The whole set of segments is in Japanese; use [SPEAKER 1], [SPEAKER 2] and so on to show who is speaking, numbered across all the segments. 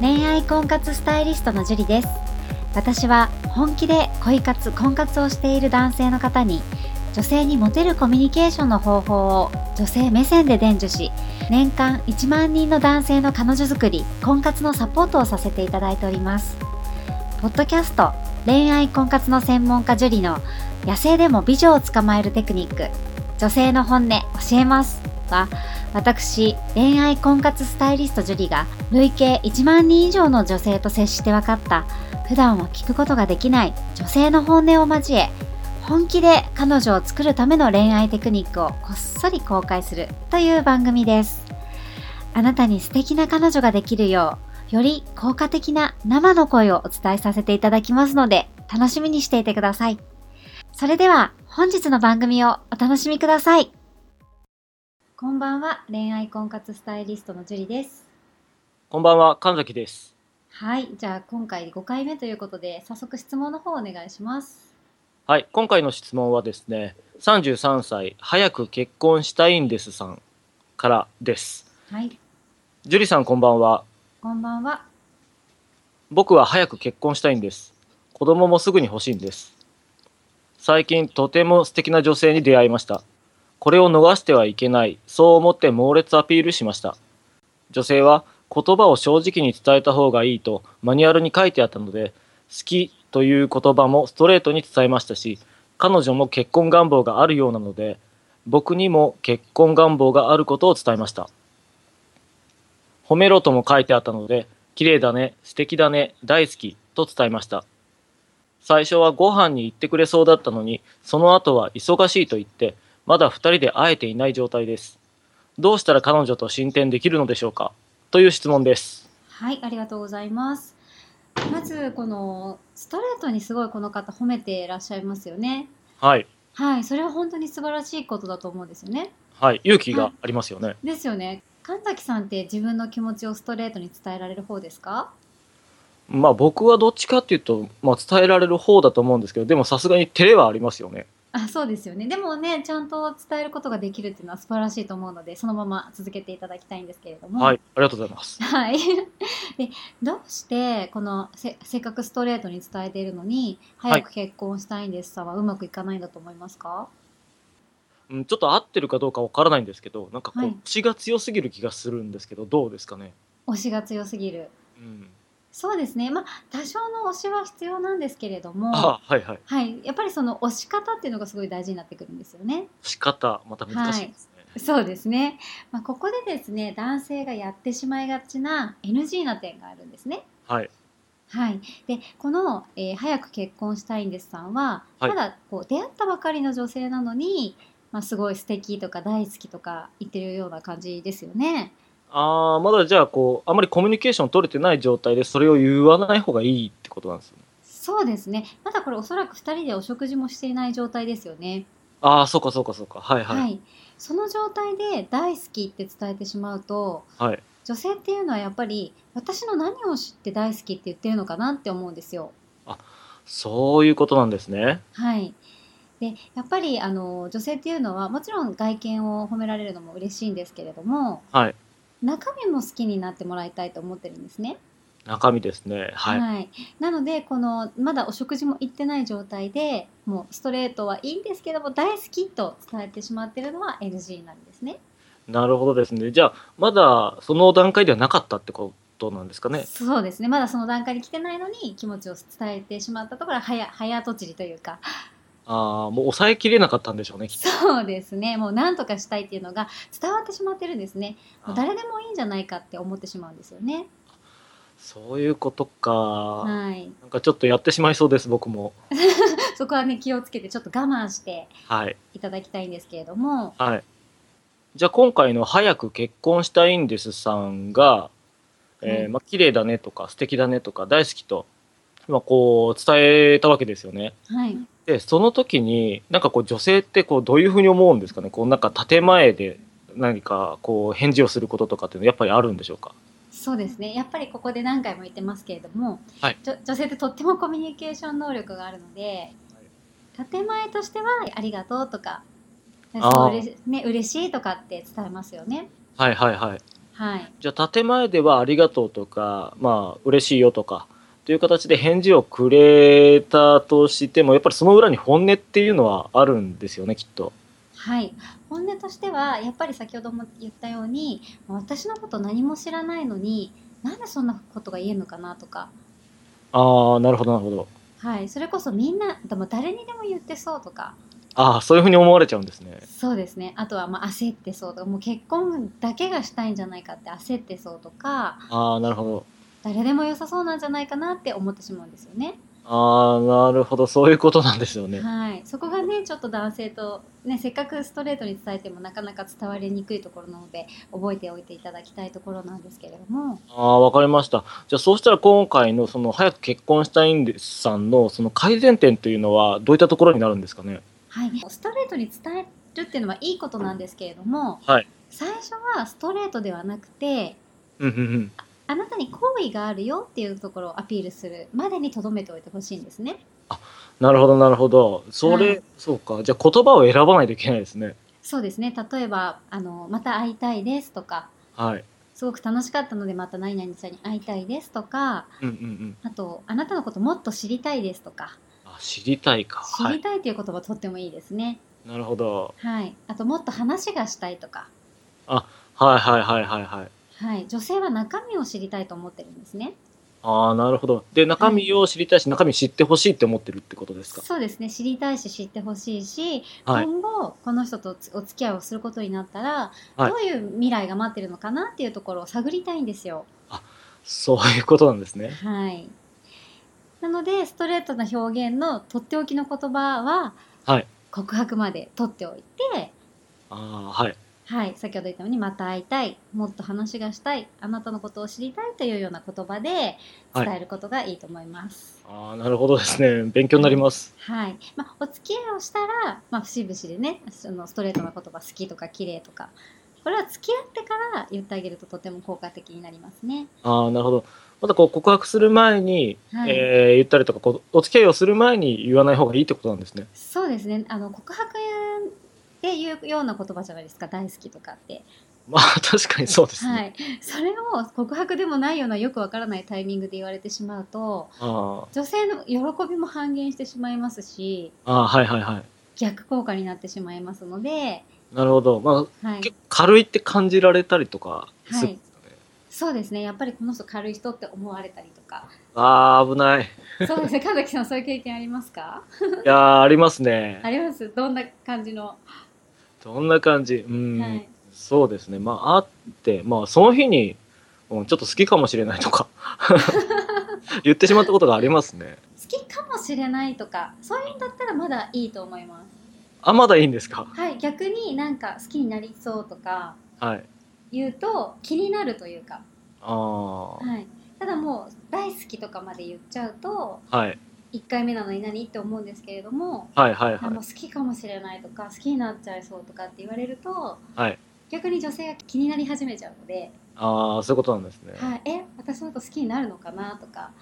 [SPEAKER 1] 恋愛婚活スタイリストのジュリです私は本気で恋活婚活をしている男性の方に女性にモテるコミュニケーションの方法を女性目線で伝授し年間1万人の男性の彼女作り婚活のサポートをさせていただいておりますポッドキャスト恋愛婚活の専門家ジュリの野生でも美女を捕まえるテクニック女性の本音教えますは私恋愛婚活スタイリストジュリが累計1万人以上の女性と接して分かった普段は聞くことができない女性の本音を交え本気で彼女を作るための恋愛テクニックをこっそり公開するという番組ですあなたに素敵な彼女ができるようより効果的な生の声をお伝えさせていただきますので楽しみにしていてくださいそれでは本日の番組をお楽しみくださいこんばんは恋愛婚活スタイリストのジュリです
[SPEAKER 2] こんばんは、神崎です。
[SPEAKER 1] はいじゃあ今回5回目ということで早速質問の方お願いします
[SPEAKER 2] はい、今回の質問はですね、33歳、早く結婚したいんですさんからです。
[SPEAKER 1] はい
[SPEAKER 2] 樹里さんこんばんは。
[SPEAKER 1] こんばんは
[SPEAKER 2] 僕は早く結婚したいんです。子供もすぐに欲しいんです。最近とても素敵な女性に出会いました。これを逃してはいけない、そう思って猛烈アピールしました。女性は言葉を正直に伝えた方がいいとマニュアルに書いてあったので、好きという言葉もストレートに伝えましたし、彼女も結婚願望があるようなので、僕にも結婚願望があることを伝えました。褒めろとも書いてあったので、綺麗だね、素敵だね、大好きと伝えました。最初はご飯に行ってくれそうだったのに、その後は忙しいと言って、まだ二人で会えていない状態です。どうしたら彼女と進展できるのでしょうかという質問です。
[SPEAKER 1] はい、ありがとうございます。まず、このストレートにすごいこの方褒めていらっしゃいますよね。
[SPEAKER 2] はい。
[SPEAKER 1] はい、それは本当に素晴らしいことだと思うんですよね。
[SPEAKER 2] はい。勇気がありますよね。
[SPEAKER 1] ですよね。神崎さんって自分の気持ちをストレートに伝えられる方ですか
[SPEAKER 2] まあ僕はどっちかっていうと、まあ伝えられる方だと思うんですけど、でもさすがに照れはありますよね。
[SPEAKER 1] あそうですよね。でもね、ちゃんと伝えることができるっていうのは素晴らしいと思うので、そのまま続けていただきたいんですけれども。
[SPEAKER 2] はい。ありがとうございます。
[SPEAKER 1] はい。 で、どうして、このせ、せっかくストレートに伝えているのに、
[SPEAKER 2] い
[SPEAKER 1] 早く結婚したいんですさはうまくいかないんだと思いますか
[SPEAKER 2] うん、ちょっと合ってるかどうかわからないんですけど、なんかこ
[SPEAKER 1] は
[SPEAKER 2] う
[SPEAKER 1] い、
[SPEAKER 2] 血が強すぎる気がするんですけど、どうですかね。
[SPEAKER 1] 推しが強すぎる。
[SPEAKER 2] うん。
[SPEAKER 1] そうですね。まあ、多少の推しは必要なんですけれども、
[SPEAKER 2] あ、はいはい。
[SPEAKER 1] はい。やっぱりその推し方っていうのがすごい大事になってくるんですよね。
[SPEAKER 2] 仕方、また難しいですね。
[SPEAKER 1] そうですね。まあ、ここでですね、男性がやってしまいがちな NG な点があるんですね。
[SPEAKER 2] はい。
[SPEAKER 1] はい。で、この、えー早く結婚したいんですさんは、
[SPEAKER 2] はい
[SPEAKER 1] まだこう出会ったばかりの女性なのに、まあ、すごい素敵とか大好きとか言ってるような感じですよね。
[SPEAKER 2] ああ、まだじゃあ、こう、あまりコミュニケーション取れてない状態で、それを言わない方がいいってことなんですよね。
[SPEAKER 1] そうですね。まだこれおそらく2人でお食事もしていない状態ですよね。
[SPEAKER 2] ああ、そうかそうかそうか。はい
[SPEAKER 1] はい、
[SPEAKER 2] はい。
[SPEAKER 1] その状態で大好きって伝えてしまうと
[SPEAKER 2] はい。
[SPEAKER 1] 女性っていうのはやっぱり私の何を知って大好きって言ってるのかなって思うんですよ。
[SPEAKER 2] そういうことなんですね。
[SPEAKER 1] はいでやっぱりあの女性っていうのはもちろん外見を褒められるのも嬉しいんですけれども
[SPEAKER 2] はい。
[SPEAKER 1] 中身も好きになってもらいたいと思ってるんですね。
[SPEAKER 2] 中身ですね。はい。
[SPEAKER 1] なのでこのまだお食事も行ってない状態でもうストレートはいいんですけども大好きと伝えてしまってるのは NG になるんですね。
[SPEAKER 2] なるほどですね。じゃあ、まだその段階ではなかったってことなんですかね。
[SPEAKER 1] そうですねまだその段階に来てないのに気持ちを伝えてしまったところは早早とちりというか
[SPEAKER 2] ああ、もう抑えきれなかったんでしょうね、きっと。
[SPEAKER 1] そうですねもう何とかしたいっていうのが伝わってしまってるんですねもう
[SPEAKER 2] あ
[SPEAKER 1] 誰でもいいんじゃないかって思ってしまうんですよね
[SPEAKER 2] そういうことか。
[SPEAKER 1] はい
[SPEAKER 2] なんかちょっとやってしまいそうです、僕も。
[SPEAKER 1] そこはね気をつけてちょっと我慢して
[SPEAKER 2] はい。
[SPEAKER 1] いただきたいんですけれども
[SPEAKER 2] はい。じゃあ今回の早く結婚したいんですさんが、
[SPEAKER 1] は
[SPEAKER 2] え
[SPEAKER 1] い
[SPEAKER 2] ー、まあ綺麗だねとか素敵だねとか大好きと、まあこう伝えたわけですよね。
[SPEAKER 1] はい
[SPEAKER 2] で、その時に、なんかこう女性ってこうどういうふうに思うんですかねこうなんか建前で何かこう返事をすることとかっていうのはやっぱりあるんでしょうか
[SPEAKER 1] そうですねやっぱりここで何回も言ってますけれども、
[SPEAKER 2] はい
[SPEAKER 1] じょ女性ってとってもコミュニケーション能力があるので建前としては「ありがとう」とか「
[SPEAKER 2] あー
[SPEAKER 1] そううれしね、嬉しい」とかって伝えますよね。
[SPEAKER 2] はいはいはい。
[SPEAKER 1] はい。
[SPEAKER 2] じゃあ建前ではありがとうとか、まあ嬉しいよとかという形で返事をくれたとしても、やっぱりその裏に本音っていうのはあるんですよね、きっと。
[SPEAKER 1] はい。本音としては、やっぱり先ほども言ったように、私のこと何も知らないのに、なんでそんなことが言えるのかなとか、
[SPEAKER 2] ああ、なるほど、なるほど。
[SPEAKER 1] はい。それこそみんな、でも誰にでも言ってそうとか、
[SPEAKER 2] ああ、そういうふうに思われちゃうんですね。
[SPEAKER 1] そうですね。あとは、まあ、焦ってそうとか、もう結婚だけがしたいんじゃないかって焦ってそうとか、
[SPEAKER 2] ああ、なるほど。
[SPEAKER 1] 誰でも良さそうなんじゃないかなって思ってしまうんですよね。
[SPEAKER 2] ああ、なるほど。そういうことなんですよね。
[SPEAKER 1] はい、そこがねちょっと男性と、ね、せっかくストレートに伝えてもなかなか伝わりにくいところなので覚えておいていただきたいところなんですけれども
[SPEAKER 2] ああ、わかりました。じゃあ、そうしたら今回の、その、早く結婚したいんですさんの、その改善点というのは、どういったところになるんですかね。
[SPEAKER 1] はい、ストレートに伝えるっていうのはいいことなんですけれども、
[SPEAKER 2] はい
[SPEAKER 1] 最初はストレートではなくて
[SPEAKER 2] うん、うん、うん。
[SPEAKER 1] あなたに好意があるよっていうところをアピールするまでにとどめておいてほしいんですね。
[SPEAKER 2] なるほど、なるほど。それ、
[SPEAKER 1] はい
[SPEAKER 2] そうか。じゃあ、言葉を選ばないといけないですね。
[SPEAKER 1] そうですね例えばあの「また会いたいです」とか
[SPEAKER 2] はい。
[SPEAKER 1] 「すごく楽しかったのでまた何々ちゃんに会いたいです」とか
[SPEAKER 2] うん、うん、うん。
[SPEAKER 1] あと「あなたのこともっと知りたいです」とか
[SPEAKER 2] あ、知りたいか。
[SPEAKER 1] 知
[SPEAKER 2] は
[SPEAKER 1] り
[SPEAKER 2] い。
[SPEAKER 1] たいという言葉とってもいいですね。
[SPEAKER 2] なるほど。
[SPEAKER 1] はい。あともっと話がしたいとか、
[SPEAKER 2] はい、はい、はい、はい、はい。
[SPEAKER 1] はい。女性は中身を知りたいと思ってるんですね。
[SPEAKER 2] ああ、なるほど。で、中身を知りたいし、中身知ってほしいって思ってるってことですか。
[SPEAKER 1] そうですね。知りたいし知ってほしいし、
[SPEAKER 2] はい。
[SPEAKER 1] 今後この人とお付き合いをすることになったら、
[SPEAKER 2] はい
[SPEAKER 1] どういう未来が待ってるのかなっていうところを探りたいんですよ。
[SPEAKER 2] そういうことなんですね。
[SPEAKER 1] はい。なのでストレートな表現のとっておきの言葉は、
[SPEAKER 2] はい
[SPEAKER 1] 告白まで取っておいて、
[SPEAKER 2] ああ、はい。
[SPEAKER 1] はい、先ほど言ったようにまた会いたいもっと話がしたいあなたのことを知りたいというような言葉で
[SPEAKER 2] はい
[SPEAKER 1] 伝えることがいいと思います。
[SPEAKER 2] ああ、なるほどですね。勉強になります。
[SPEAKER 1] はいまあ、お付き合いをしたら、まあ、節々でねそのストレートな言葉好きとか綺麗とかこれは付き合ってから言ってあげるととても効果的になりますね。
[SPEAKER 2] ああ、なるほど。またこう告白する前に、
[SPEAKER 1] はい
[SPEAKER 2] えー言ったりとかこう、お付き合いをする前に言わない方がいいってことなんですね。
[SPEAKER 1] そうですねあの告白で言うような言葉じゃないですか大好きとかって、
[SPEAKER 2] まあ、 確かにそうですね。
[SPEAKER 1] はい、それを告白でもないようなよくわからないタイミングで言われてしまうと
[SPEAKER 2] あ
[SPEAKER 1] 女性の喜びも半減してしまいますし
[SPEAKER 2] あ、ああはいはいは
[SPEAKER 1] 逆効果になってしまいますので、
[SPEAKER 2] い。なるほど。ま
[SPEAKER 1] は
[SPEAKER 2] あ、
[SPEAKER 1] い
[SPEAKER 2] 結、構軽いって感じられたりとか
[SPEAKER 1] は
[SPEAKER 2] する
[SPEAKER 1] いそうですねやっぱりこの人軽い人って思われたりとか
[SPEAKER 2] ああ、危ない。い
[SPEAKER 1] そう ですね神崎さんそういう経験ありますか
[SPEAKER 2] やー、ありますね。
[SPEAKER 1] ありますどんな感じの、
[SPEAKER 2] どんな感じうん、
[SPEAKER 1] はい、
[SPEAKER 2] そうですね。まあ、あって、まあ、その日に、うん、ちょっと好きかもしれな いとか、言ってしまったことがありますね。
[SPEAKER 1] 好きかもしれないとかそういうんだったらまだいいと思いま
[SPEAKER 2] あ、まだいいんですか
[SPEAKER 1] すはい逆になんか好きになりそうとか
[SPEAKER 2] はい。
[SPEAKER 1] 言うと気になるというか、
[SPEAKER 2] あ
[SPEAKER 1] はい、ただもう大好きとかまで言っちゃうと
[SPEAKER 2] あ、はい。
[SPEAKER 1] 1回目なのに何って思うんですけれども
[SPEAKER 2] はいはい
[SPEAKER 1] あ
[SPEAKER 2] はい
[SPEAKER 1] もう。好きかもしれないとか好きになっちゃいそうとかって言われると、
[SPEAKER 2] はい
[SPEAKER 1] 逆に女性が気になり始めちゃうので、
[SPEAKER 2] ああ、そういうことなんですね。
[SPEAKER 1] はい、え私のこと好きになるのかなとか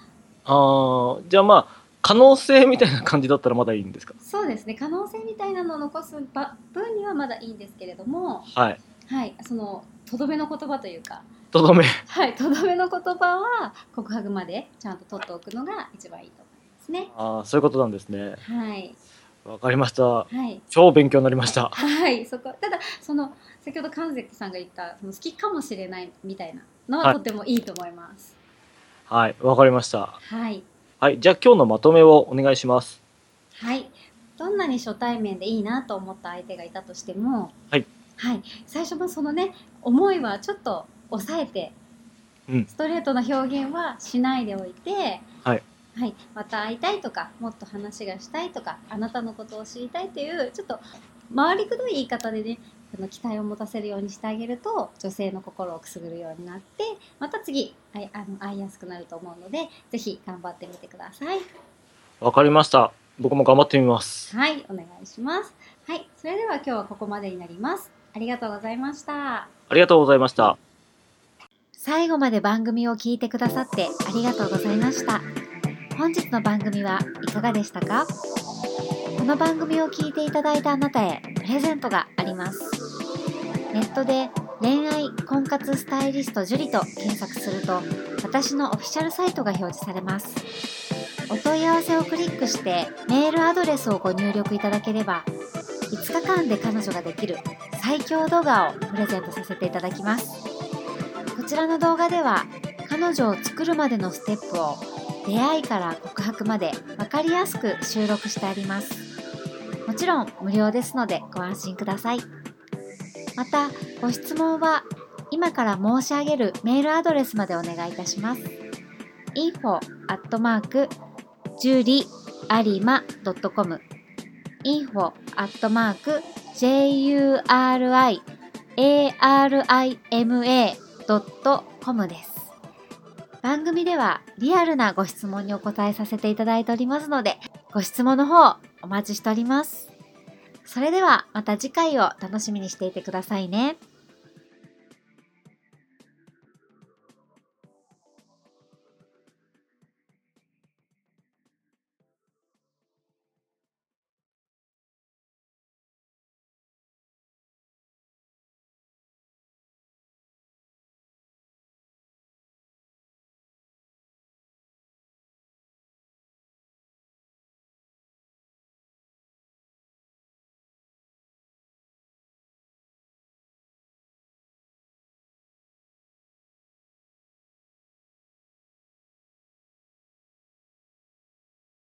[SPEAKER 2] ああ、じゃあまあ、可能性みたいな感じだったらまだいいんですか
[SPEAKER 1] そうですね可能性みたいなのを残すば分にはまだいいんですけれども、
[SPEAKER 2] はい。
[SPEAKER 1] はい、そのとどめの言葉というか、
[SPEAKER 2] とどめ。
[SPEAKER 1] はい、とどめの言葉は告白までちゃんと取っておくのが一番いいと思いますね。
[SPEAKER 2] ああ、そういうことなんですね。
[SPEAKER 1] はい、
[SPEAKER 2] わかりました。
[SPEAKER 1] はい
[SPEAKER 2] 超勉強になりました。
[SPEAKER 1] はい、そこただその先ほど神崎さんが言ったその好きかもしれないみたいなの
[SPEAKER 2] は
[SPEAKER 1] はいとてもいいと思います。
[SPEAKER 2] はい、わかりました。
[SPEAKER 1] はい、
[SPEAKER 2] はい、じゃあ今日のまとめをお願いします。
[SPEAKER 1] はい。どんなに初対面でいいなと思った相手がいたとしても、
[SPEAKER 2] はい。
[SPEAKER 1] はい。最初のそのね、思いはちょっと抑えて、
[SPEAKER 2] うん
[SPEAKER 1] ストレートな表現はしないでおいて、
[SPEAKER 2] はい。
[SPEAKER 1] はい。また会いたいとか、もっと話がしたいとか、あなたのことを知りたいという、ちょっと回りくどい言い方でね、その期待を持たせるようにしてあげると、女性の心をくすぐるようになって、また次、あいあの会いやすくなると思うので、ぜひ頑張ってみてください。
[SPEAKER 2] わかりました。僕も頑張ってみます。
[SPEAKER 1] はい、お願いします。はい、それでは今日はここまでになります。ありがとうございました。
[SPEAKER 2] ありがとうございました。
[SPEAKER 1] 最後まで番組を聞いてくださってありがとうございました本日の番組はいかがでしたかこの番組を聞いていただいたあなたへプレゼントがありますネットで恋愛婚活スタイリスト樹里と検索すると私のオフィシャルサイトが表示されますお問い合わせをクリックしてメールアドレスをご入力いただければ5日間で彼女ができる最強動画をプレゼントさせていただきますこちらの動画では彼女を作るまでのステップを出会いから告白まで分かりやすく収録してありますもちろん無料ですのでご安心くださいまたご質問は今から申し上げるメールアドレスまでお願いいたします info at mark juriarima.com info at mark juriarima.com です番組ではリアルなご質問にお答えさせていただいておりますのでご質問の方お待ちしておりますそれではまた次回を楽しみにしていてくださいね。